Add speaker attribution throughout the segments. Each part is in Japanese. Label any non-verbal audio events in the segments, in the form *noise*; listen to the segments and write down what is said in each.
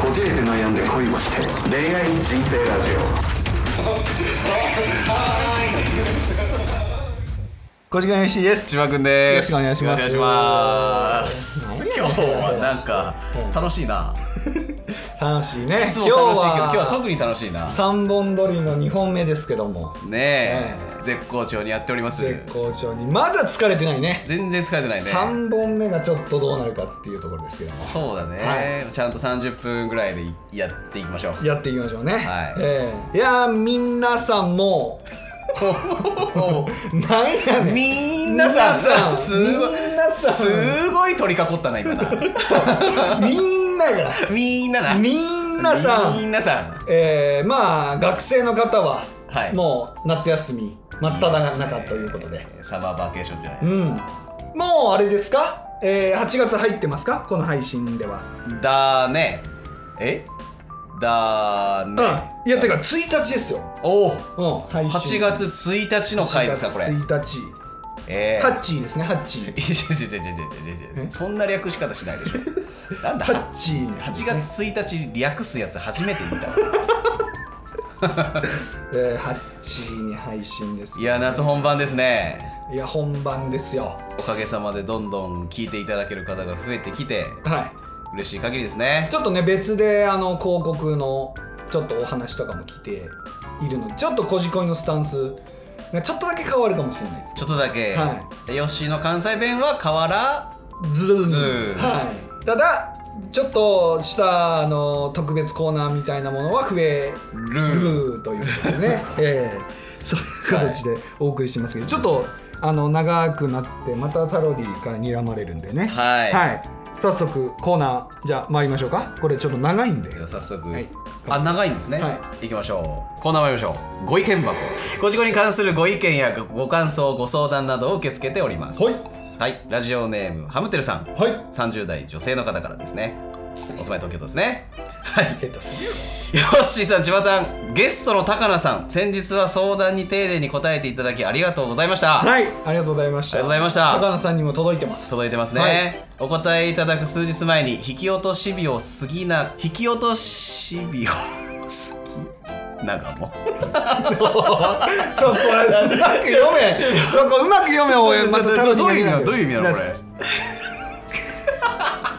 Speaker 1: こじれて悩んで恋をして恋愛人生ラジ
Speaker 2: 小島よしです。
Speaker 3: 千葉くんで
Speaker 2: よろ
Speaker 3: す。
Speaker 2: しくお願いします
Speaker 3: よろしくお願いします。今日はなんか
Speaker 2: うん
Speaker 3: 楽しいな。
Speaker 2: 楽しいね。
Speaker 3: いつ
Speaker 2: 今
Speaker 3: も楽
Speaker 2: 日
Speaker 3: しいけど今
Speaker 2: は
Speaker 3: 日は特に楽しいな。
Speaker 2: 三本撮りの二本目ですけども、
Speaker 3: ね
Speaker 2: え
Speaker 3: え、絶好調にやっております。
Speaker 2: 絶好調にまだ疲れてないね。
Speaker 3: 全然疲れてないね。
Speaker 2: 三本目がちょっとどうなるかっていうところですけども、
Speaker 3: そうだね。ちゃんと30分ぐらいでやっていきましょう。
Speaker 2: やっていきましょうね。
Speaker 3: はい
Speaker 2: ええいやー皆さ
Speaker 3: *laughs*
Speaker 2: んもうなんやねん。
Speaker 3: みんなさ、
Speaker 2: 皆
Speaker 3: すごい
Speaker 2: みんなさん
Speaker 3: すごい取り囲ったな今な。
Speaker 2: みんなが
Speaker 3: *laughs* みんなな。
Speaker 2: みんなさん
Speaker 3: みんなさん。
Speaker 2: えー、まあ学生の方は、
Speaker 3: はい
Speaker 2: もう夏休み真っ只中ということで
Speaker 3: サマーバーケーションじゃないで
Speaker 2: う
Speaker 3: す
Speaker 2: ん
Speaker 3: か。
Speaker 2: もうあれですか、えー、8月入ってますかこの配信では、
Speaker 3: だね。え？だ
Speaker 2: う
Speaker 3: ね
Speaker 2: ん。いやてか1日ですよ、
Speaker 3: おお。
Speaker 2: うん、配
Speaker 3: 8
Speaker 2: 信
Speaker 3: 月1日の回ですかこれ。
Speaker 2: 8月1日
Speaker 3: え
Speaker 2: ハッチーですねハッチ
Speaker 3: え
Speaker 2: ー
Speaker 3: いやいやいやいやいやいや
Speaker 2: え
Speaker 3: そんな略し方しないでしょ。なんだ。
Speaker 2: *laughs* ハッチーね
Speaker 3: 8月1日略すやつ初めて見た
Speaker 2: *laughs*
Speaker 3: わ。
Speaker 2: えー、ハッチーに配信です
Speaker 3: いや夏本番ですね。
Speaker 2: いや本番ですよ
Speaker 3: おかげさまでどんどん聞いていただける方が増えてきて
Speaker 2: は
Speaker 3: 嬉しい限りですね
Speaker 2: いち。ょっとね別であの広告のちょっとお話とかも来ているのでちょっとこじこいのスタンスがちょっとだけ変わるかもしれないです
Speaker 3: ちょっとだけ、
Speaker 2: は
Speaker 3: ヨッシーの関西弁は変わら
Speaker 2: ズーム
Speaker 3: ズーム
Speaker 2: はい、ただちょっとしたあの特別コーナーみたいなものは増え
Speaker 3: ル
Speaker 2: る
Speaker 3: ー
Speaker 2: ということでね、ええそういう形でお送りしてますけど、ちょっとあの長くなってまたタロディから睨まれるんでね
Speaker 3: はい
Speaker 2: 早速コーナーじゃあ参りましょうかこれちょっと長いんで
Speaker 3: では早速、
Speaker 2: はい
Speaker 3: あ長いんですね、
Speaker 2: は
Speaker 3: 行きましょうコーナー参りましょうご意見箱こちこに関するご意見やご感想ご相談などを受け付けております
Speaker 2: はい
Speaker 3: はいラジオネームハムテルさん
Speaker 2: はい
Speaker 3: 30代女性の方からですねお住まい東京都ですねはい
Speaker 2: 下手すぎる
Speaker 3: よッしーさん千葉さんゲストの高菜さん先日は相談に丁寧に答えていただきありがとうございました、
Speaker 2: はいありがとうございまし
Speaker 3: あ
Speaker 2: た
Speaker 3: りがとうございました
Speaker 2: 高野さんにも届いてます
Speaker 3: 届いてますね、
Speaker 2: はい
Speaker 3: お答えいただく数日前に引き落とし日を過ぎな引き落とし日を *laughs* 過ぎ長も
Speaker 2: そこはうまく読めそこうまく読めおいまたタロディ
Speaker 3: どういう意味な
Speaker 2: が
Speaker 3: のどういう意味なのこれ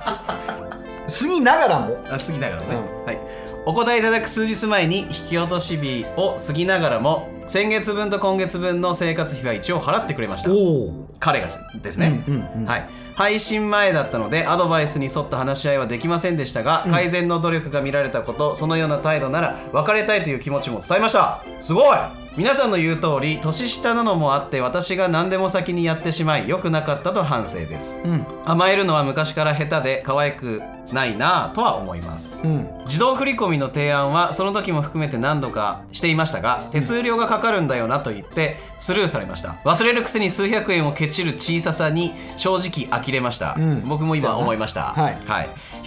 Speaker 2: 過ぎながらも
Speaker 3: あ過ぎながらもね、
Speaker 2: う
Speaker 3: はいお答えいただく数日前に引き落とし日を過ぎながらも先月分と今月分の生活費は一応払ってくれました
Speaker 2: おお
Speaker 3: 彼がですね、
Speaker 2: うんうんうん
Speaker 3: はい、配信前だったのでアドバイスに沿った話し合いはできませんでしたが、改善の努力が見られたことそのような態度なら別れたいという気持ちも伝えましたすごい皆さんの言う通り年下なのもあって私が何でも先にやってしまい良くなかったと反省です
Speaker 2: うん
Speaker 3: 甘えるのは昔から下手で可愛くないなぁとは思います
Speaker 2: うん *laughs*
Speaker 3: 自動振り込みの提案はその時も含めて何度かしていましたが手数料がかかるんだよなと言ってスルーされました忘れるくせに数百円をケチる小ささに正直呆れました、
Speaker 2: うん
Speaker 3: 僕も今思いました、
Speaker 2: そうや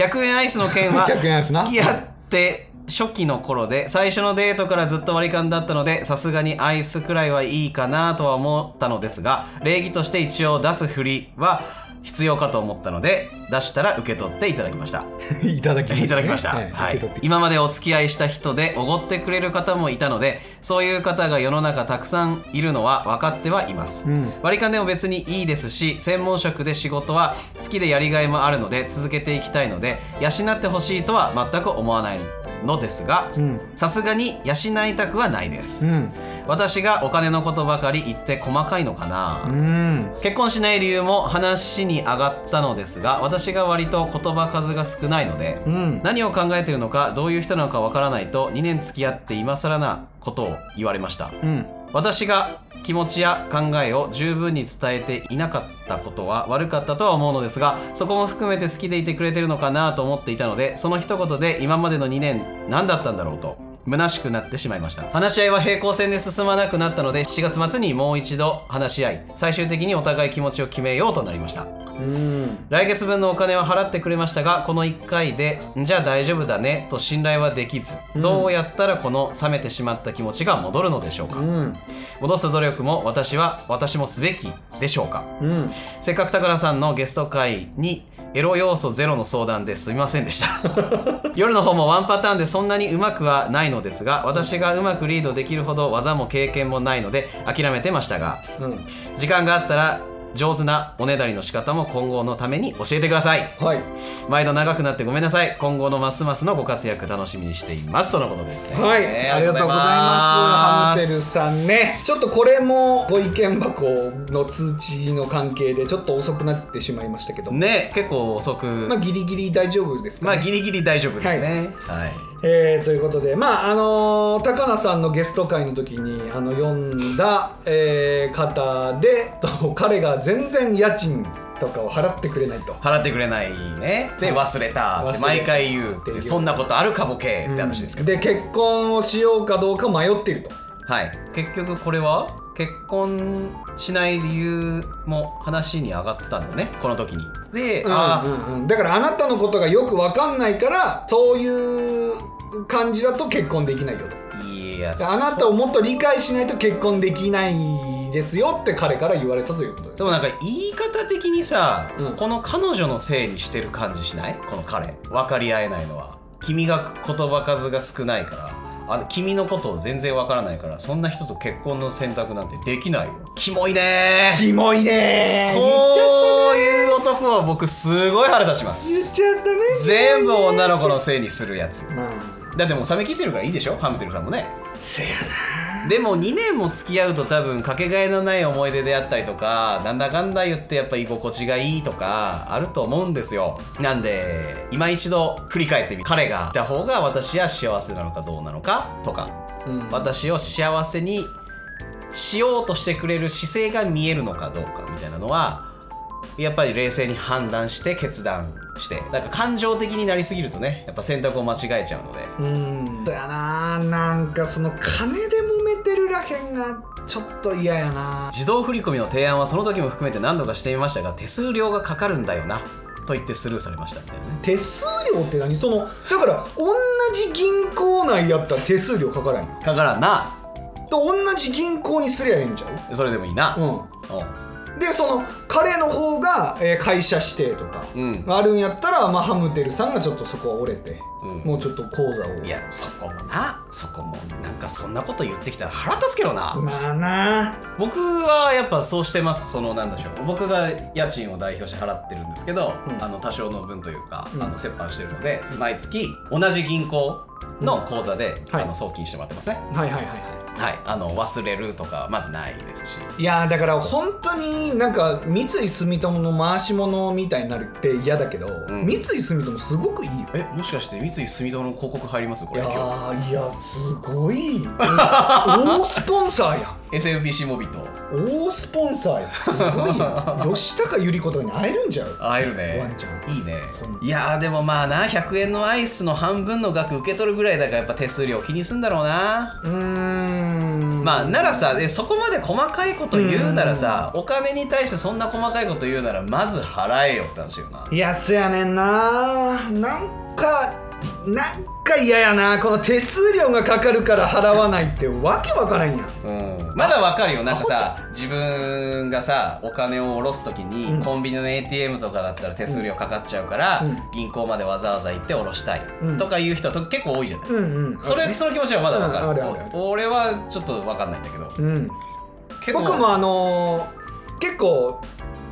Speaker 3: 100円アイスの件
Speaker 2: *laughs*
Speaker 3: は
Speaker 2: 100円アイスな
Speaker 3: 付き合って初期の頃で最初のデートからずっと割り勘だったのでさすがにアイスくらいはいいかなとは思ったのですが礼儀として一応出すふりは必要かと思ったので出したら受け取っていただきました
Speaker 2: いただきま
Speaker 3: *laughs* い
Speaker 2: した、
Speaker 3: ただきました、
Speaker 2: はい
Speaker 3: はい
Speaker 2: 受け取って
Speaker 3: 今までお付き合いした人でおごってくれる方もいたのでそういう方が世の中たくさんいるのは分かってはいます、
Speaker 2: うん
Speaker 3: 割り勘でも別にいいですし専門職で仕事は好きでやりがいもあるので続けていきたいので養ってほしいとは全く思わないのですが
Speaker 2: うん
Speaker 3: さすがに養いたくはないです、
Speaker 2: うん
Speaker 3: 私がお金のことばかり言って細かいのかな、
Speaker 2: うん
Speaker 3: 結婚しない理由も話に上がったのですが私が割と言葉数が少ないので
Speaker 2: うん
Speaker 3: 何を考えてるのかどういう人なのかわからないと2年付き合って今更なことを言われました
Speaker 2: うん
Speaker 3: 私が気持ちや考えを十分に伝えていなかったことは悪かったとは思うのですがそこも含めて好きでいてくれてるのかなと思っていたのでその一言で今までの2年何だったんだろうと虚しくなってしまいました話し合いは平行線で進まなくなったので7月末にもう一度話し合い最終的にお互い気持ちを決めようとなりました
Speaker 2: うん
Speaker 3: 来月分のお金は払ってくれましたがこの1回で「じゃあ大丈夫だね」と信頼はできず
Speaker 2: うん
Speaker 3: どうやったらこの冷めてしまった気持ちが戻るのでしょうか
Speaker 2: うん
Speaker 3: 戻す努力も私は私もすべきでしょうか
Speaker 2: うん
Speaker 3: せっかく高田さんのゲスト会にエロ要素ゼロの相談ですみませんでした
Speaker 2: *laughs*
Speaker 3: 夜の方もワンパターンでそんなにうまくはないのですが私がうまくリードできるほど技も経験もないので諦めてましたが
Speaker 2: うん
Speaker 3: 時間があったら上手なおねだりの仕方も今後のために教えてください
Speaker 2: はい
Speaker 3: 毎度長くなってごめんなさい今後のますますのご活躍楽しみにしていますとのことですね
Speaker 2: はい、
Speaker 3: ね
Speaker 2: ありがとうございますハムテルさんねちょっとこれもご意見箱の通知の関係でちょっと遅くなってしまいましたけど、
Speaker 3: ね結構遅く
Speaker 2: まあギリギリ大丈夫ですか、
Speaker 3: ま
Speaker 2: ね
Speaker 3: あギリギリ大丈夫ですね。はい。
Speaker 2: えーということで、まああのー高菜さんのゲスト会の時にあの読んだ、えー方でと彼が全然家賃とかを払ってくれないと。
Speaker 3: 払ってくれないね。で忘れたって
Speaker 2: 忘れ
Speaker 3: 毎
Speaker 2: た
Speaker 3: 回言うって
Speaker 2: っていう
Speaker 3: そんなことあるかボケって話ですけど。
Speaker 2: で結婚をしようかどうか迷っていると。
Speaker 3: はい。結局これは結婚しない理由も話に上がったんだね。この時に。で、
Speaker 2: う
Speaker 3: あ
Speaker 2: んうんうんだからあなたのことがよく分かんないからそういう感じだと結婚できないよと。
Speaker 3: ーいや
Speaker 2: であなたをもっと理解しないと結婚できないですよって彼から言われたということです
Speaker 3: で。もなんか言い方的にさ、
Speaker 2: うん
Speaker 3: この彼女のせいにしてる感じしないこの彼分かり合えないのは君が言葉数が少ないからあの君のことを全然分からないからそんな人と結婚の選択なんてできないよキモいね
Speaker 2: キモいねー
Speaker 3: こういう男は僕すごい腹立ちます
Speaker 2: 言っちゃったね。
Speaker 3: 全部女の子のせいにするやつ
Speaker 2: まあ
Speaker 3: だってもう冷め切ってるからいいでしょハムテルさんもね
Speaker 2: せや
Speaker 3: でも2年も付き合うと多分かけがえのない思い出であったりとかなんだかんだ言ってやっぱ居心地がいいとかあると思うんですよなんで今一度振り返ってみ彼がいた方が私は幸せなのかどうなのかとか
Speaker 2: な、うん
Speaker 3: 私を幸せにしようとしてくれる姿勢が見えるのかどうかみたいなのはやっぱり冷静に判断して決断してなんか感情的になりすぎるとねやっぱ選択を間違えちゃうので
Speaker 2: うんだよななんかその金で揉めてるらへんがちょっと嫌やな
Speaker 3: 自動振り込みの提案はその時も含めて何度かしてみましたが手数料がかかるんだよなと言ってスルーされましたみたいなね
Speaker 2: 手数料って何そのだから同じ銀行内やったら手数料かからんよ
Speaker 3: かからんな
Speaker 2: と同じ銀行にすりゃええんちゃう
Speaker 3: それでもいいな
Speaker 2: う
Speaker 3: うん
Speaker 2: でその彼の方が、えー会社指定とか
Speaker 3: んうん、
Speaker 2: あるんやったら、まあ、ハムテルさんがちょっとそこは折れて、
Speaker 3: うん
Speaker 2: もうちょっと口座を
Speaker 3: いやそこもなそこもなんかそんなこと言ってきたら腹立つけどな、
Speaker 2: まあな
Speaker 3: 僕はやっぱそうしてますそのなんでしょう僕が家賃を代表して払ってるんですけど、
Speaker 2: うん
Speaker 3: あの多少の分というか、
Speaker 2: うん
Speaker 3: あの折半してるので毎月同じ銀行の口座で、
Speaker 2: はい
Speaker 3: あの送金してもらってますね
Speaker 2: はいはいはいはい
Speaker 3: はいあの忘れるとかはまずないですし
Speaker 2: いやーだから本当になんか三井住友の回し物みたいになるって嫌だけど、
Speaker 3: ん
Speaker 2: 三井住友すごくいいよ
Speaker 3: えもしかして三井住友の広告入りますこ
Speaker 2: い
Speaker 3: れ
Speaker 2: や
Speaker 3: 今
Speaker 2: ーいやすご *laughs* い大スポンサーや
Speaker 3: 日 SFBC モビと
Speaker 2: 大スポンサーやすごいよ *laughs* 吉高由里子とかに会えるんちゃう
Speaker 3: 会えるね
Speaker 2: ワンちゃん
Speaker 3: いいね
Speaker 2: そんない
Speaker 3: やーでもまあな100円のアイスの半分の額受け取るぐらいだからやっぱ手数料気にすんだろうな
Speaker 2: うーん
Speaker 3: まあならさでそこまで細かいこと言うならさお金に対してそんな細かいこと言うならまず払えよって話よない
Speaker 2: やそやねんななんかなんか嫌やなこの手数料がかかるから払わないってわけわからんやん
Speaker 3: うんまだわかるよなんかさ自分がさお金を下ろす時に、
Speaker 2: うん
Speaker 3: コンビニの ATM とかだったら手数料かかっちゃうから、
Speaker 2: うん
Speaker 3: 銀行までわざわざ行って下ろしたい、
Speaker 2: うん
Speaker 3: とかいう人と結構多いじゃない、
Speaker 2: うんうん
Speaker 3: それその気持ちはまだわかる,お、
Speaker 2: うんあるあるある
Speaker 3: 俺はちょっとわかんないんだけど
Speaker 2: うん
Speaker 3: けど
Speaker 2: 僕もあのー結構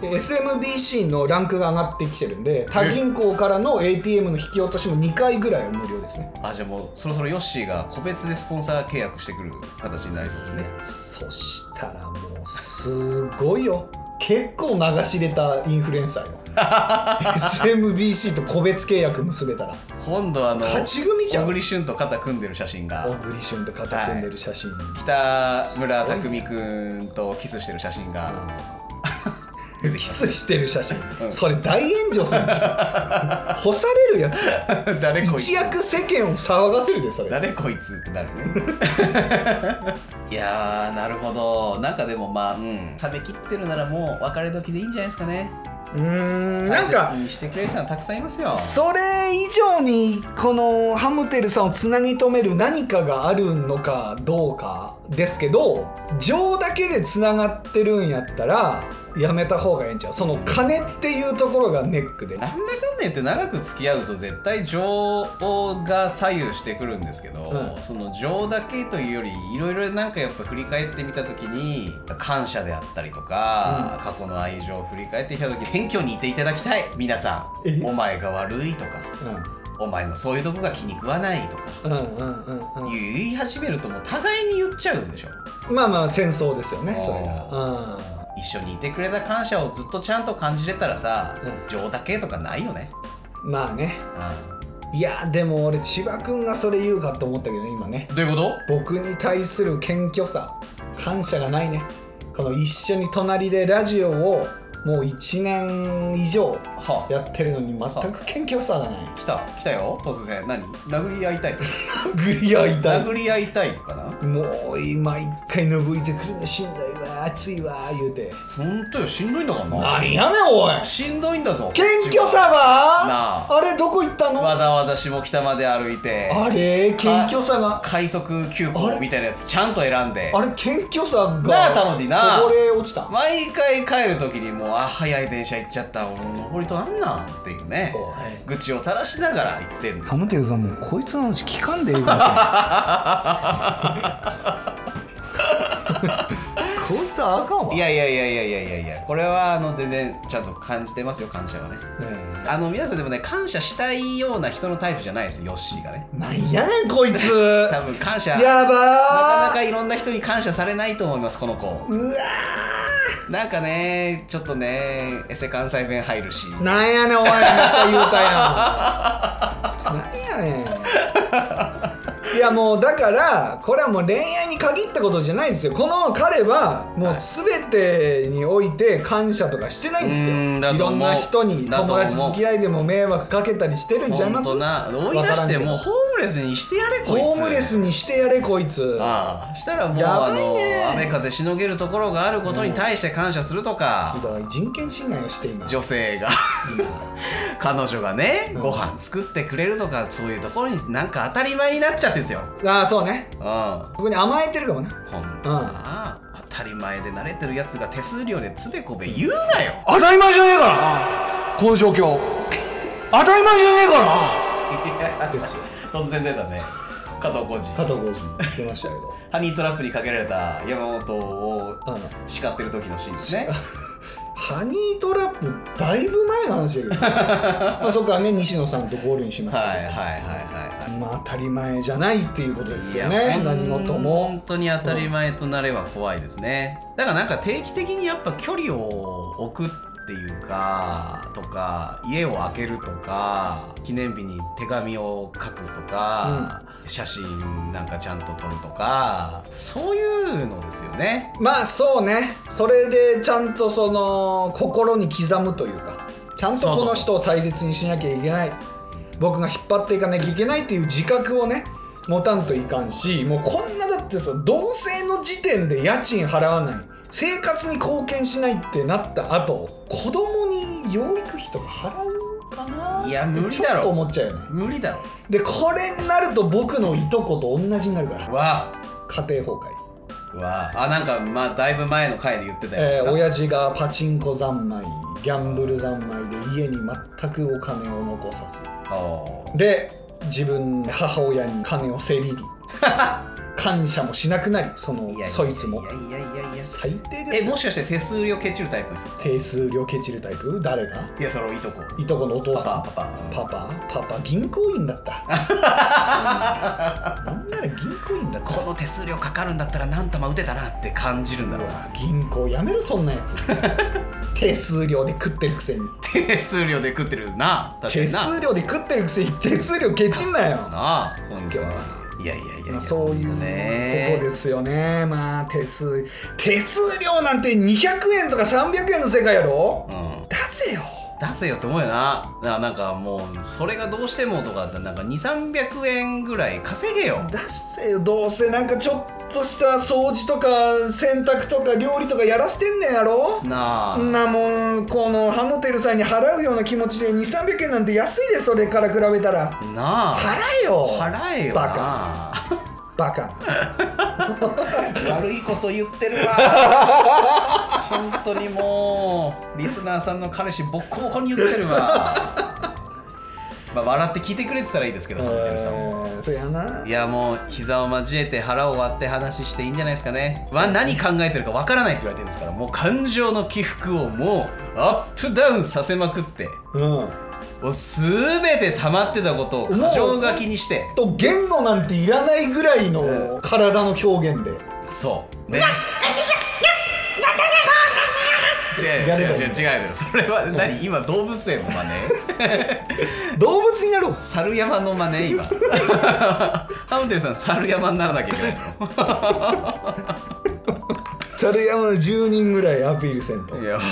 Speaker 2: SMBC のランクが上がってきてるんで他銀行からの ATM の引き落としも2回ぐらいは無料ですね
Speaker 3: あじゃあもうそろそろヨッシーが個別でスポンサー契約してくる形になりそうですね
Speaker 2: そしたらもうすごいよ結構流し入れたインフルエンサーよ
Speaker 3: *laughs*
Speaker 2: SMBC と個別契約結べたら
Speaker 3: 今度あの
Speaker 2: 勝ち組じゃん
Speaker 3: 小栗旬と肩組んでる写真が
Speaker 2: 小栗旬と肩組んでる写真、
Speaker 3: 北村匠海君とキスしてる写真が
Speaker 2: キスしてる写真、
Speaker 3: うん
Speaker 2: それ大炎上するんちゃ
Speaker 3: *laughs*
Speaker 2: う干されるやつ
Speaker 3: 誰こいつ
Speaker 2: 一躍世間を騒がせるでそれ
Speaker 3: 誰こいつってな
Speaker 2: *laughs*
Speaker 3: るねいやーなるほどなんかでもまあうん冷め切ってるならもう別れ時でいいんじゃないですかね
Speaker 2: うーんなん
Speaker 3: 大
Speaker 2: か
Speaker 3: 切にしてくれる人はたくさんいますよ
Speaker 2: それ以上にこのハムテルさんをつなぎ止める何かがあるのかどうかですけど情だけでつながってるんやったらやめた方がいいんちゃうその金っていうところがネックで
Speaker 3: なんだかんだ言って長く付き合うと絶対情が左右してくるんですけど、
Speaker 2: うん
Speaker 3: その情だけというよりいろいろなんかやっぱ振り返ってみた時に感謝であったりとか、過去の愛情を振り返ってきた時に謙虚にいていただきたい皆さ
Speaker 2: え
Speaker 3: んお前が悪いとかお前のそういうとこが気に食わないとか
Speaker 2: うんうんうんうんうん
Speaker 3: 言い始めるともう互いに言っちゃうでしょ
Speaker 2: まあまあ戦争ですよね
Speaker 3: あー
Speaker 2: それが
Speaker 3: 一緒にいてくれた感謝をずっとちゃんと感じれたらさ、
Speaker 2: う
Speaker 3: 情だけとかないよね、
Speaker 2: うんまあね
Speaker 3: う
Speaker 2: いやでも俺千葉君がそれ言うかと思ったけどね今ね
Speaker 3: ん、どういうこと
Speaker 2: 僕に対する謙虚さ感謝がないねこの一緒に隣でラジオをもう1年以上
Speaker 3: はあ
Speaker 2: やってるのに全く謙虚さがない
Speaker 3: 来た来たよ突然何殴り合いたい
Speaker 2: 殴り合いた
Speaker 3: 殴
Speaker 2: い
Speaker 3: り合いたいかな
Speaker 2: もう今一回拭いてくるのしんどいわ暑いわ言うて
Speaker 3: ほんとよしんどいんだからな
Speaker 2: なんやねんおい
Speaker 3: しんどいんだぞ
Speaker 2: 謙虚さ
Speaker 3: な
Speaker 2: はあれどこ行ったの
Speaker 3: わざわざ下北まで歩いて
Speaker 2: あれ謙虚さが
Speaker 3: 快速急
Speaker 2: あ
Speaker 3: 行
Speaker 2: れ
Speaker 3: みたいなやつちゃんと選んで
Speaker 2: あれ謙虚さが
Speaker 3: なあタロディな
Speaker 2: こぼれ落ちた
Speaker 3: 毎回帰る時にもうあ早い電車行っちゃった俺登りとなんなんっていうね
Speaker 2: おい
Speaker 3: 愚痴を垂らしながら行ってんです
Speaker 4: ムテルさんもうこいつの話聞かんでいいか
Speaker 2: こいつはあかんわ
Speaker 3: いやいやいやいやいやいやいやこれはあの全然ちゃんと感じてますよ感謝はね
Speaker 2: ね
Speaker 3: あの皆さんでもね感謝したいような人のタイプじゃないですヨッシーがね
Speaker 2: えなんやねんこいつ
Speaker 3: *laughs* 多分感謝
Speaker 2: や
Speaker 3: な
Speaker 2: ば
Speaker 3: かな
Speaker 2: ー
Speaker 3: かいろんな人に感謝されないと思いますこの子
Speaker 2: うわ
Speaker 3: なんかねちょっとねエセ関西弁入るし
Speaker 2: ーなんやねんおいまた言うたやんなんやねんいやもうだからこれはもう恋愛に限ったことじゃないんですよこの彼はもう全てにおいて感謝とかしてないんですよ、
Speaker 3: うーん
Speaker 2: い、
Speaker 3: だと
Speaker 2: ろ
Speaker 3: 思うん
Speaker 2: な人に
Speaker 3: だと
Speaker 2: 友
Speaker 3: 思う
Speaker 2: 達付き合いでも迷惑かけたりしてるんちゃいま
Speaker 3: 本当
Speaker 2: す
Speaker 3: な追い出してもうホームレスにしてやれこいつ
Speaker 2: ホームレスにしてやれこいつ
Speaker 3: ああしたらもう
Speaker 2: やば
Speaker 3: あ
Speaker 2: い
Speaker 3: の
Speaker 2: ね
Speaker 3: 雨風しのげるところがあることに対して感謝するとか
Speaker 2: ひ、どい人権侵害をしています
Speaker 3: 女性
Speaker 2: *laughs*
Speaker 3: が彼女がね、ご飯作ってくれるとかそういうところになんか当たり前になっちゃってんですよ。
Speaker 2: ああそうね
Speaker 3: うん、ほ
Speaker 2: ここに甘えてるかもなん
Speaker 3: とな当たり前で慣れてるやつが手数料でつべこべ言うなよ
Speaker 4: 当たり前じゃねえからなこの状況当たり前じゃねえからな
Speaker 2: ですよ
Speaker 3: 突然出た *laughs* ね加藤浩次
Speaker 2: 加藤浩次出ましたけど
Speaker 3: ハニートラップにかけられた山本を
Speaker 2: うん
Speaker 3: 叱ってる時のシーンですね
Speaker 2: ハニートラップだいぶ前の話
Speaker 4: *laughs*
Speaker 2: だけどまあそこからね西野さんとゴールにしま
Speaker 3: は
Speaker 2: し
Speaker 3: い
Speaker 2: た
Speaker 3: は
Speaker 2: け
Speaker 3: い
Speaker 2: ど、
Speaker 3: はいはいはい
Speaker 2: まあ当たり前じゃないっていうことです
Speaker 3: いや
Speaker 2: よね何事も
Speaker 3: 本当に当たり前となれば怖いですねだからなんか定期的にやっぱ距離を置くっていうかとか家を開けるとか記念日に手紙を書くとか、写真なんかちゃんと撮るとかそういうのですよね
Speaker 2: まあそうねそれでちゃんとその心に刻むというかちゃんとこの人を大切にしなきゃいけない僕が引っ張っていかなきゃいけないっていう自覚をね持たんといかんしもうこんなだってさ同性の時点で家賃払わない生活に貢献しないってなった後子供に養育費とか払うかないい
Speaker 3: や無理だろ
Speaker 2: ちょっと思っちゃうよね
Speaker 3: 無理だろ
Speaker 2: でこれになると僕のいとこと同じになるから
Speaker 3: わ
Speaker 2: 家庭崩壊
Speaker 3: あわああなんかまあだいぶ前の回で言ってたやつで
Speaker 2: え
Speaker 3: す
Speaker 2: ー
Speaker 3: か、
Speaker 2: 親父がパチンコ三昧ギャンブル三昧で家に全くお金を残さず
Speaker 3: おー
Speaker 2: で自分母親に金をせび
Speaker 3: *laughs*
Speaker 2: り感謝もしなくなりその
Speaker 3: いや
Speaker 2: そいつも
Speaker 3: いやいやいやいや
Speaker 2: 最低で
Speaker 3: え
Speaker 2: すよ
Speaker 3: もしかして手数料ケチるタイプの人ですか
Speaker 2: 定数料ケチるタイプ誰が
Speaker 3: いやそれいとこ
Speaker 2: いとこのお父
Speaker 3: パ
Speaker 2: さ
Speaker 3: パ
Speaker 2: ん
Speaker 3: パパ
Speaker 2: パパパパ銀行員だった
Speaker 3: *laughs*
Speaker 2: うんなんなら銀行員だった
Speaker 3: この手数料かかるんだったら何玉打てたなって感じるんだろうな
Speaker 2: 銀行やめろそんなやつ手数料で食ってるくせに
Speaker 3: *laughs* 手数料で食ってるな確か
Speaker 2: 手
Speaker 3: にな
Speaker 2: 数料で食ってるくせに手数料ケチんなよ
Speaker 3: なあ本
Speaker 2: 今日は
Speaker 3: いやいやいやい
Speaker 2: ま
Speaker 3: や
Speaker 2: あ、そういうこと
Speaker 3: ね
Speaker 2: ですよねまあ手数手数料なんて200円とか300円の世界やろ、
Speaker 3: うん
Speaker 2: 出せよ
Speaker 3: 出せよって思うよなななんかもうそれがどうしてもとかだったらなんか2300円ぐらい稼げよ
Speaker 2: 出せよどうせなんかちょっとした掃除とか洗濯とか料理とかやらしてんねんやろ
Speaker 3: なあ、
Speaker 2: んなもんこのハムテルさんに払うような気持ちで2300円なんて安いでそれから比べたら
Speaker 3: なあ
Speaker 2: 払えよ
Speaker 3: 払えよ
Speaker 2: バ
Speaker 3: な *laughs*
Speaker 2: バカな
Speaker 3: 悪いこと言ってるわ本当にもうリスナーさんの彼氏ボッコボコに言ってるわまあ笑って聞いてくれてたらいいですけどハンテルさんも
Speaker 2: えーそうやない
Speaker 3: やもう膝を交えて腹を割って話していいんじゃないですかねわ何考えてるかわからないって言われてるんですからもう感情の起伏をもうアップダウンさせまくって
Speaker 2: うん
Speaker 3: もう全て溜まってたことを過剰書きにして
Speaker 2: と言語なんていらないぐらいの体の表現で、
Speaker 3: そうね違うよ違う違う違うよそれは何今動物園の真似動物になろう猿山の真似今ハムテルさん猿山にならなきゃいけない
Speaker 2: 猿山の10人ぐらいアピールせんと
Speaker 3: のいやま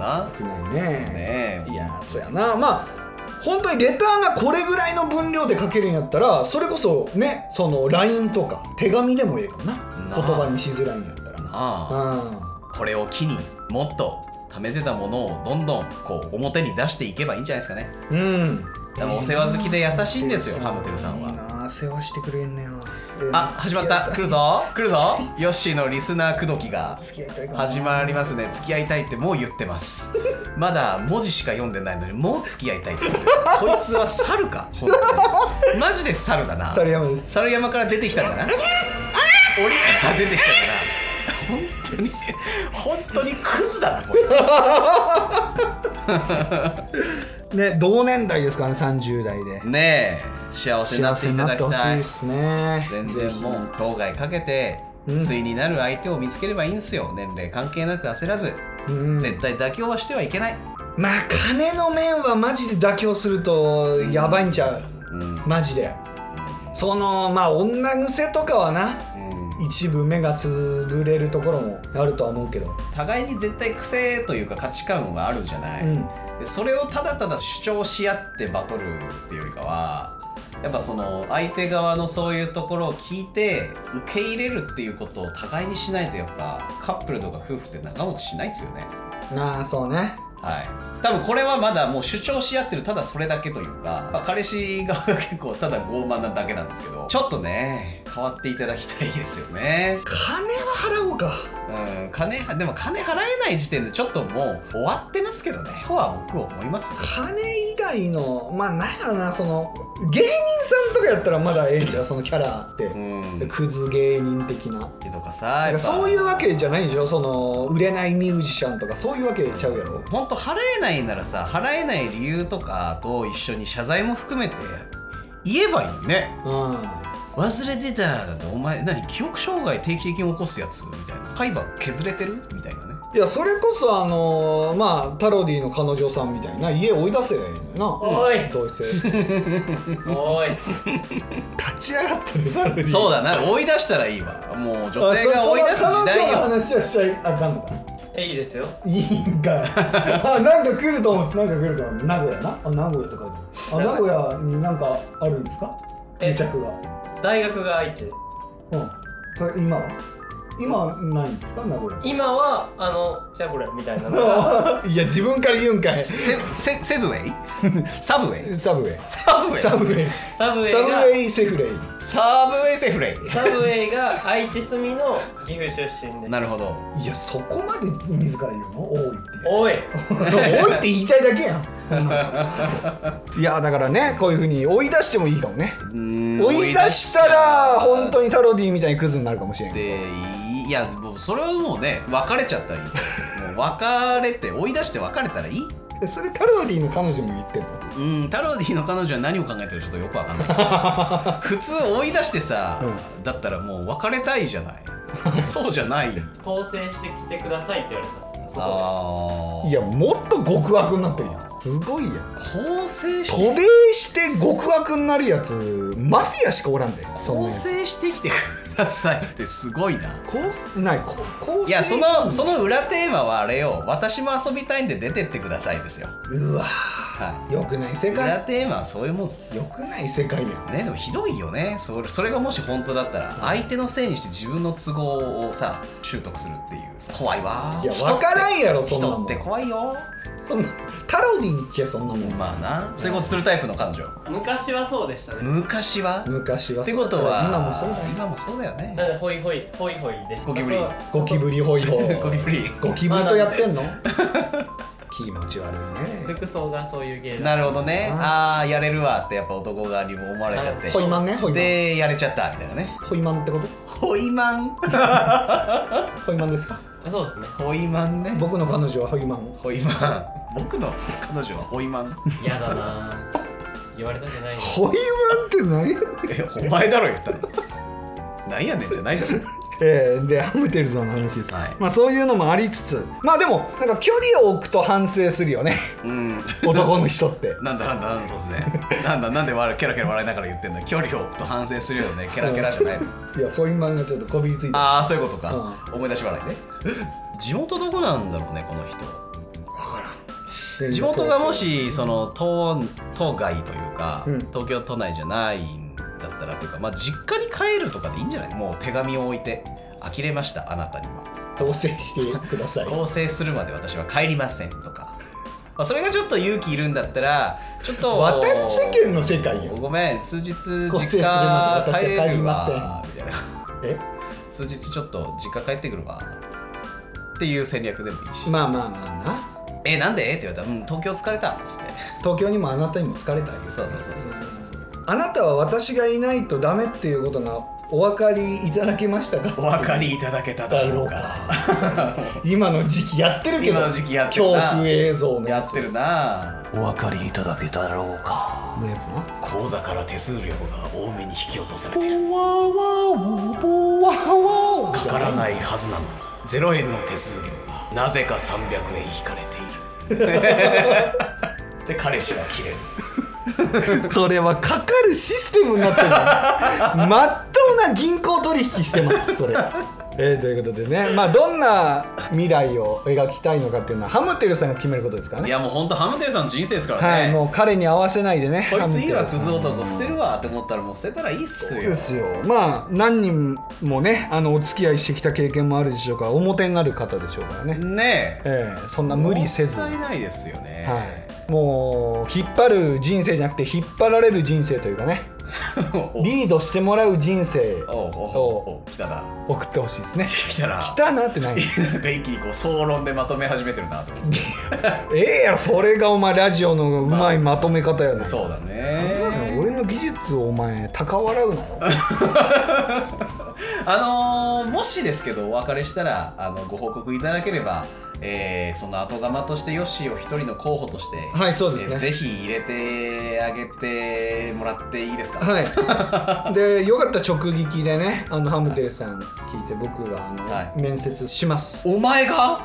Speaker 3: あ
Speaker 2: 少ないね
Speaker 3: なねえ
Speaker 2: いやそうやなまあ本当にレターがこれぐらいの分量で書けるんやったらそれこそねその LINE とか手紙でもええかもな
Speaker 3: あ
Speaker 2: 言葉にしづらいんやったらな
Speaker 3: ああ
Speaker 2: うん
Speaker 3: これを機にもっと貯めてたものをどんどんこう表に出していけばいいんじゃないですかね
Speaker 2: うん
Speaker 3: でもお世話好きで優しいんですよハムテルさんはい
Speaker 2: いな世話してくれんねや
Speaker 3: あ始まった来るぞ来るぞヨッシーのリスナー口説きが
Speaker 2: 付き合いたいかな
Speaker 3: 始まりますね付き合いたいってもう言ってますまだ文字しか読んでないのにもう付き合いたいって言ってるこいつは猿
Speaker 2: *laughs*
Speaker 3: か本当にマジで猿だな
Speaker 2: 猿山です
Speaker 3: 猿山から出てきたんだな檻から出てきたんだな本当に本当にクズだなこいつ
Speaker 2: ね同年代ですからね30代で
Speaker 3: ねえ幸せになっ
Speaker 2: 幸
Speaker 3: て
Speaker 2: せ
Speaker 3: い
Speaker 2: に
Speaker 3: ただ
Speaker 2: なっ
Speaker 3: き
Speaker 2: てほしい
Speaker 3: たい
Speaker 2: ですね
Speaker 3: 全然もう
Speaker 2: ぜ
Speaker 3: 生涯かけて
Speaker 2: うん
Speaker 3: 対になる相手を見つければいいんすよ年齢関係なく焦らず
Speaker 2: ひうん
Speaker 3: 絶対妥協はしてはいけない
Speaker 2: まあ金の面はマジで妥協するとやばいんちゃう
Speaker 3: うん
Speaker 2: マジでそのまあ女癖とかはな
Speaker 3: うん
Speaker 2: 一部目がつぶれるところもあるとは思うけど、
Speaker 3: 互いに絶対癖というか価値観はあるじゃない、
Speaker 2: うん
Speaker 3: でそれをただただ主張し合ってバトるっていうよりかはやっぱその相手側のそういうところを聞いて受け入れるっていうことを互いにしないとやっぱカップルとか夫婦って長持ちしないですよね
Speaker 2: なあそうね
Speaker 3: はい多分これはまだもう主張し合ってるただそれだけというか、まあ、彼氏側が結構ただ傲慢なだけなんですけどちょっとね変わっていただきたいですよね
Speaker 2: 金は払おうか
Speaker 3: うん金はでも金払えない時点でちょっともう終わってますけどねとは僕は思いますよ
Speaker 2: 金以外のまあなんやろなその芸人さんとかやったらまだええんちゃうそのキャラって
Speaker 3: う、ん
Speaker 2: クズ芸人的な
Speaker 3: とかさ
Speaker 2: なん
Speaker 3: や
Speaker 2: か
Speaker 3: っぱ
Speaker 2: そういうわけじゃないでしょその売れないミュージシャンとかそういうわけちゃうやろ
Speaker 3: ほんと払えないならさ払えない理由とかと一緒に謝罪も含めて言えばいいのにね
Speaker 2: う
Speaker 3: 忘れてたなんてお前何記憶障害定期的に起こすやつみたいな海馬削れてるみたいなね
Speaker 2: んいやそれこそあのーまあタロディの彼女さんみたいな家追い出せばいいのよな
Speaker 5: おい
Speaker 2: ど
Speaker 3: *laughs*
Speaker 2: うせ
Speaker 5: おい
Speaker 2: 立ち上がってるタロディ
Speaker 3: そう
Speaker 2: だ
Speaker 3: だな追い出したらいいわもう女性が追い出す時代
Speaker 2: 彼女の
Speaker 3: よ
Speaker 2: 話はしちゃいあかんのか
Speaker 5: えいいですよ
Speaker 2: いい
Speaker 3: *laughs*
Speaker 2: んかいあなんか来ると思ってなんか来ると思って名古屋なあ名古屋とかあ名古屋になんかあるんですか
Speaker 5: え
Speaker 2: 癒着が
Speaker 5: 大学が愛知で
Speaker 2: うんそれ今は今はないんですか名古屋
Speaker 5: 今はあのじゃあこれみたいな
Speaker 3: *laughs*
Speaker 5: のが
Speaker 2: *laughs* いや自分から言うんかい
Speaker 3: セセセブウェイサブウェイ
Speaker 2: サブウェイ
Speaker 3: サブウェイ
Speaker 2: サブウェイ
Speaker 5: サブウェイ
Speaker 2: サブウ
Speaker 5: が
Speaker 2: ェイセフレイ
Speaker 3: サブウェイセフレイ
Speaker 5: サブウェイが愛知住みの岐阜出身で
Speaker 3: なるほど
Speaker 2: いやそこまで自ら言うの多いって
Speaker 5: おい
Speaker 2: 多いって言いたいだけやんいやだからねこういうふうに追い出してもいいかもね追い出したら本当
Speaker 3: に
Speaker 2: にタロディみたいにクズになるかもしれん
Speaker 3: でいやもうそれはもうね別れちゃった
Speaker 2: *laughs*
Speaker 3: らいいもう別れて追い出して別れたらいい
Speaker 2: それタロディの彼女も言ってんの
Speaker 3: うんタロディの彼女は何を考えてるかちょっとよくわかんない
Speaker 2: *laughs*
Speaker 3: 普通追い出してさ、だったらもう別れたいじゃないそうじゃない
Speaker 5: 当選してきてくださいって言われたんです外
Speaker 3: ああ
Speaker 2: いやもっと極悪になってるやんすごいやん
Speaker 3: 構成し
Speaker 2: 渡米して極悪になるやつマフィアしかおらんでそんな
Speaker 3: 構
Speaker 2: やつ
Speaker 3: 成してきてくださいってすごいな
Speaker 2: こうすないここう
Speaker 3: いやそのその裏テーマはあれよ私も遊びたいんで出てってくださいですよ
Speaker 2: うわ
Speaker 3: は
Speaker 2: よくない世
Speaker 3: い裏
Speaker 2: 界
Speaker 3: テーマはそういうもんです
Speaker 2: よくない世界やん
Speaker 3: ねでもひどいよねそれそれがもし本当だったら相手のせいにして自分の都合をさ習得するっていうさ怖いわ
Speaker 2: いや分からんやろそんな
Speaker 3: 人
Speaker 2: も
Speaker 3: っ
Speaker 2: ん
Speaker 3: て怖いよ
Speaker 2: そんなタロディに聞けそんなもん
Speaker 3: まあなそういうことするタイプの彼女
Speaker 5: 昔はそうでしたね
Speaker 3: 昔は
Speaker 2: 昔は
Speaker 3: ってことは
Speaker 2: 今もそうだよ
Speaker 3: 今もそうだよね
Speaker 5: うんホイホイホイホイでした
Speaker 3: ゴキブリ
Speaker 5: そう
Speaker 2: ゴキブリホイホ
Speaker 3: *laughs*
Speaker 2: イ
Speaker 3: ゴキブリ
Speaker 2: ゴキブリとやってんの気持ち悪いね
Speaker 5: 服装がそういう芸
Speaker 3: な
Speaker 5: だ
Speaker 3: るほどねああーやれるわってやっぱ男側にも思われちゃって
Speaker 2: ホイマンねホイマン
Speaker 3: でやれちゃったみたいなね
Speaker 2: ホイマンってこと
Speaker 3: ホイマン
Speaker 2: ホイマンですか
Speaker 5: そうですね
Speaker 3: ホイマンね
Speaker 2: 僕の彼女はホイマン
Speaker 3: ホイマン僕の彼女はホイマン
Speaker 5: 嫌だな言われたくないな
Speaker 2: ホイマンって何
Speaker 3: えお前だろ言ったのなんやねんじゃないだろ
Speaker 2: えーでハムテルさんの話です、
Speaker 3: はい
Speaker 2: まあそういうのもありつつまあでもなんか距離を置くと反省するよね
Speaker 3: うん
Speaker 2: 男の
Speaker 3: *laughs*
Speaker 2: 人って
Speaker 3: なんだなんだなんだ突然なんだなんで笑ケラケラ笑いながら言ってんだ距離を置くと反省するよねケラケラじゃないの
Speaker 2: いやホイマンがちょっとこびりついて
Speaker 3: ああそういうことか、思い出し笑いね地元どこなんだろうねこの人
Speaker 2: で
Speaker 3: 地元がもしその都都外というか、
Speaker 2: うん
Speaker 3: 東京都内じゃないんだったらというかまあ実家に帰るとかでいいんじゃないもう手紙を置いて呆れましたあなたには
Speaker 2: 同棲してください
Speaker 3: *laughs* 更生するまで私は帰りませんとか、まあ、それがちょっと勇気いるんだったらちょっと
Speaker 2: 渡る世間の世界よ
Speaker 3: ごめん数日実
Speaker 2: 更
Speaker 3: 家帰
Speaker 2: 生する
Speaker 3: る
Speaker 2: まで私は帰りま
Speaker 3: わみたいな
Speaker 2: え
Speaker 3: 数日ちょっと実家帰ってくるわっていう戦略でもいいし
Speaker 2: まあまあまあな
Speaker 3: えなんでって言われたら「うん東京疲れた」っつって
Speaker 2: 東京にもあなたにも疲れたよ
Speaker 3: そうそうそうそうそうそう
Speaker 2: あなたは私がいないとダメっていうことがお分かりいただけました
Speaker 3: *laughs* お
Speaker 2: か
Speaker 3: 分かりいただけただろうか
Speaker 2: 今の時期やってるけど
Speaker 3: 今の時期やってる
Speaker 2: 恐
Speaker 3: な
Speaker 2: 怖映像の
Speaker 3: や
Speaker 2: や
Speaker 3: っ
Speaker 2: つ
Speaker 3: てるな
Speaker 4: お分かりいただけたろうか
Speaker 2: のやつな
Speaker 3: 口座から手数料が多めに引き落とされてるかからないはずなのに0円の手数料がなぜか300円引かれている *laughs* で彼氏は切れる
Speaker 2: それはかかるシステムになってるのまっとうな銀行取引してま
Speaker 3: *laughs*
Speaker 2: すそれえーということでね、まあ、どんな未来を描きたいのかっていうのはハムテルさんが決めることですから
Speaker 3: い
Speaker 2: ね
Speaker 3: やもうほんとハムテルさんの人生ですから
Speaker 2: はい、
Speaker 3: ね、
Speaker 2: もう彼に合わせないでね
Speaker 3: こいついいわ
Speaker 2: ハム
Speaker 3: ク
Speaker 2: テルさ
Speaker 3: ズ
Speaker 2: ん
Speaker 3: 男捨てるわって思ったらもう捨てたらいいっす
Speaker 2: そう
Speaker 3: よ
Speaker 2: ですよまあ何人もねあのお付き合いしてきた経験もあるでしょうから表になる方でしょうからね、
Speaker 3: ねえ
Speaker 2: えーそんな無理せず
Speaker 3: もったいないですよね、
Speaker 2: はい、もう引っ張る人生じゃなくて引っ張られる人生というかねリードしてもらう人生
Speaker 3: おおおお来たな
Speaker 2: 送ってほしいですね
Speaker 3: 来たな
Speaker 2: 来たなってない
Speaker 3: *laughs* なんか一気にこう総論でまとめ始めてるなと思って
Speaker 2: ええやろそれがお前ラジオのうまいまとめ方やね
Speaker 3: そうだ
Speaker 2: うん
Speaker 3: ね
Speaker 2: 俺の技術をお前高笑うなよ
Speaker 3: *laughs* あのーもしですけどお別れしたらあのご報告いただければ、えーその後釜としてヨッシーを一人の候補として、
Speaker 2: はいそうですね
Speaker 3: えーぜひ入れてあげてもらっていいですか、
Speaker 2: はいでよかったら直撃でねあのハムテルさん聞いて僕があの、
Speaker 3: はい
Speaker 2: 面接します
Speaker 3: お前が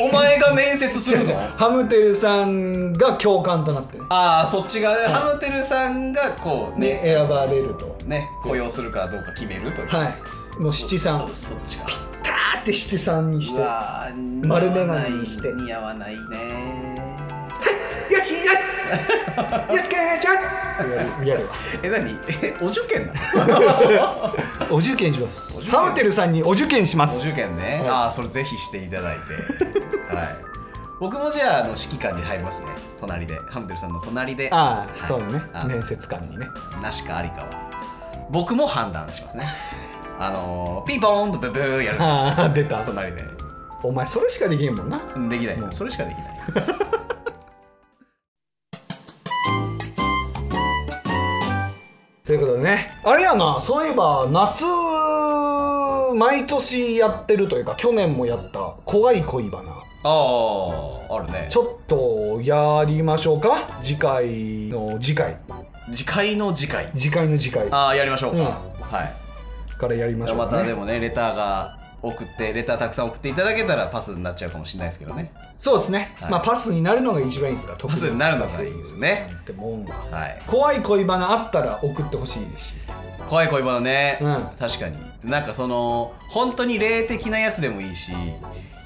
Speaker 3: お前が面接する
Speaker 2: *laughs*
Speaker 3: の
Speaker 2: ハムテルさんが共感となってね
Speaker 3: ああそっちが、ねハムテルさんがこう
Speaker 2: ね
Speaker 3: ね
Speaker 2: 選ばれると
Speaker 3: ね雇用するかどうか決めるという、
Speaker 2: はいもう七三
Speaker 3: そうそっちか
Speaker 2: ダーって七三にして
Speaker 3: う
Speaker 2: よ
Speaker 3: わー
Speaker 2: 丸眼鏡にして
Speaker 3: 似合わない似合わないね
Speaker 2: し
Speaker 3: *laughs*
Speaker 2: よしよしけーしょ
Speaker 3: *laughs*
Speaker 2: やるわ
Speaker 3: え何えお受験な
Speaker 2: お受験します
Speaker 3: お受験
Speaker 2: ハムテルさんにお受験しま
Speaker 3: のお
Speaker 2: す
Speaker 3: 受験ね、
Speaker 2: はい
Speaker 3: ああそれぜひしていただい
Speaker 2: *laughs*
Speaker 3: てはい僕もじゃああの指揮官に入りますね隣でハムテルさんの隣で
Speaker 2: あ
Speaker 3: は
Speaker 2: あ
Speaker 3: い
Speaker 2: そうね
Speaker 3: あ
Speaker 2: 面接官にね
Speaker 3: なしかありかは僕も判断し
Speaker 2: *laughs*
Speaker 3: ますねあのー、ピンポーンとブブーやる
Speaker 2: ああ出た
Speaker 3: 隣で
Speaker 2: お前それしかできへんもんな
Speaker 3: できない
Speaker 2: もう
Speaker 3: それしかできない
Speaker 2: ということでねあれやなそういえば夏毎年やってるというか去年もやった怖い恋バナ
Speaker 3: あああるね
Speaker 2: ちょっとやりましょうか次回の次回
Speaker 3: 次回の次回
Speaker 2: 次回の次回か
Speaker 3: ああやりましょうか、
Speaker 2: うん
Speaker 3: はい
Speaker 2: らやりまし
Speaker 3: じゃ
Speaker 2: ょ
Speaker 3: あま
Speaker 2: うか、
Speaker 3: た
Speaker 2: ね
Speaker 3: でもねレターが送ってレターたくさん送っていただけたらパスになっちゃうかもしれないですけどね
Speaker 2: そうですね、
Speaker 3: はい
Speaker 2: まあパスになるのが一番いいですから特
Speaker 3: パスになるのがいいですね
Speaker 2: ってもんは、
Speaker 3: はい
Speaker 2: 怖い恋バナあったら送ってほしいですし
Speaker 3: 怖い恋バナね、
Speaker 2: うん
Speaker 3: 確かになんかその本当に霊的なやつでもいいし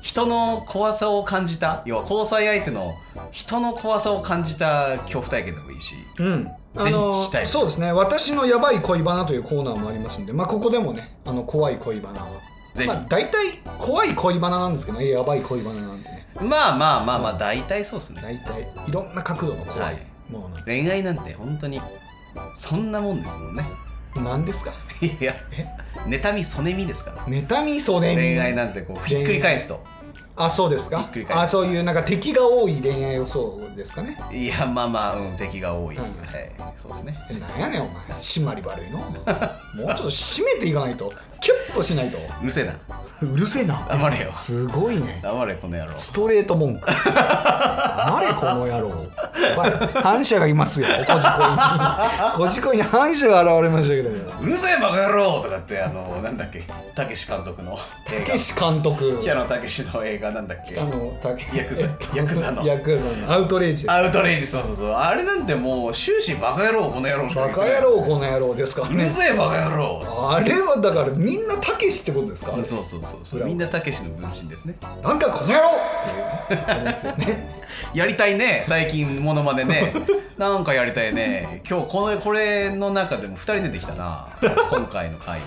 Speaker 3: 人の怖さを感じた要は交際相手の人の怖さを感じた恐怖体験でもいいし
Speaker 2: うん
Speaker 3: ぜひ聞きたい
Speaker 2: そうですね私のやばい恋バナというコーナーもありますんで、まあ、ここでもねあの怖い恋バナは
Speaker 3: ぜひ
Speaker 2: まあ、大体怖い恋バナなんですけどねやばい恋バナなんてね
Speaker 3: まあまあまあまあ大体そうですね
Speaker 2: 大体いろんな角度の怖
Speaker 3: はいい
Speaker 2: ものなんで、
Speaker 3: 恋愛なんて本当にそんなもんですもんね *laughs*
Speaker 2: 何ですか
Speaker 3: いや妬みそねみですから
Speaker 2: 妬みそれみ
Speaker 3: 恋愛なんてこうひっくり返すと
Speaker 2: あそうですか
Speaker 3: っくり返す
Speaker 2: あそういうなんか敵が多い恋愛をそうですかね
Speaker 3: いやまあまあ、うん、敵が多い、
Speaker 2: うん
Speaker 3: はい、そうですね
Speaker 2: なんやねんお前締まり悪
Speaker 3: *laughs*
Speaker 2: いのもうちょっと締めていかないとキュッとしないと
Speaker 3: うるせえな
Speaker 2: うるせえな
Speaker 3: 黙れよ
Speaker 2: すごいね
Speaker 3: 黙れこの野郎
Speaker 2: ストレート文句あれこの野郎やばい反社がいますよこじこいにこじこいに反社が現れましたけども
Speaker 3: うるせえバカ野郎とかってあのなんだっけたけし監督の映
Speaker 2: たけし監督
Speaker 3: 画北野たけしの映画なんだっけ
Speaker 2: あのたけ
Speaker 3: ヤクザヤクザの
Speaker 2: ヤクザのアウトレイジ
Speaker 3: アウトレイジそうそうそうあれなんてもう終始バカ野郎この野郎しか
Speaker 2: バ
Speaker 3: 言って
Speaker 2: カ
Speaker 3: ない
Speaker 2: 野郎この野郎ですから
Speaker 3: うる
Speaker 2: ね
Speaker 3: せえバカ野郎
Speaker 2: あれはだからみんなたけしってことですか
Speaker 3: そうそうそうそうみんなたけしの分身ですね
Speaker 2: なんかこの野郎っていうあれですよね
Speaker 3: やりたいね最近モノマネ
Speaker 2: *laughs*
Speaker 3: ねなんかやりたいね今日このこれの中でも2人出てきたな今回の回で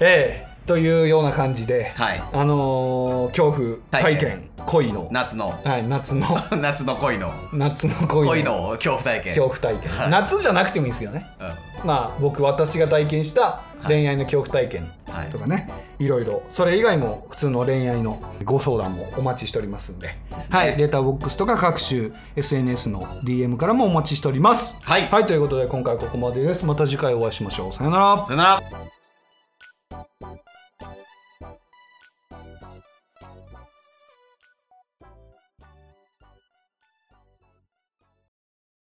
Speaker 2: ええというような感じで、
Speaker 3: はい
Speaker 2: あのー恐怖体
Speaker 3: 体験
Speaker 2: 験恋の、
Speaker 3: 夏の
Speaker 2: はい、夏の
Speaker 3: 夏の恋の
Speaker 2: 夏の恋の
Speaker 3: 恋の恐怖体験
Speaker 2: 恐怖体験、
Speaker 3: はい
Speaker 2: 夏じゃなくてもいいですけどねまあ僕私が体験した恋愛の恐怖体験
Speaker 3: うんはい
Speaker 2: とかね、い、ろいろそれ以外も普通の恋愛のご相談もお待ちしておりますんで
Speaker 3: すね
Speaker 2: はい、レターボックスとか各種 SNS の DM からもお待ちしております
Speaker 3: はい
Speaker 2: はい、ということで今回はここまでですまた次回お会いしましょうさよなら
Speaker 3: さよなら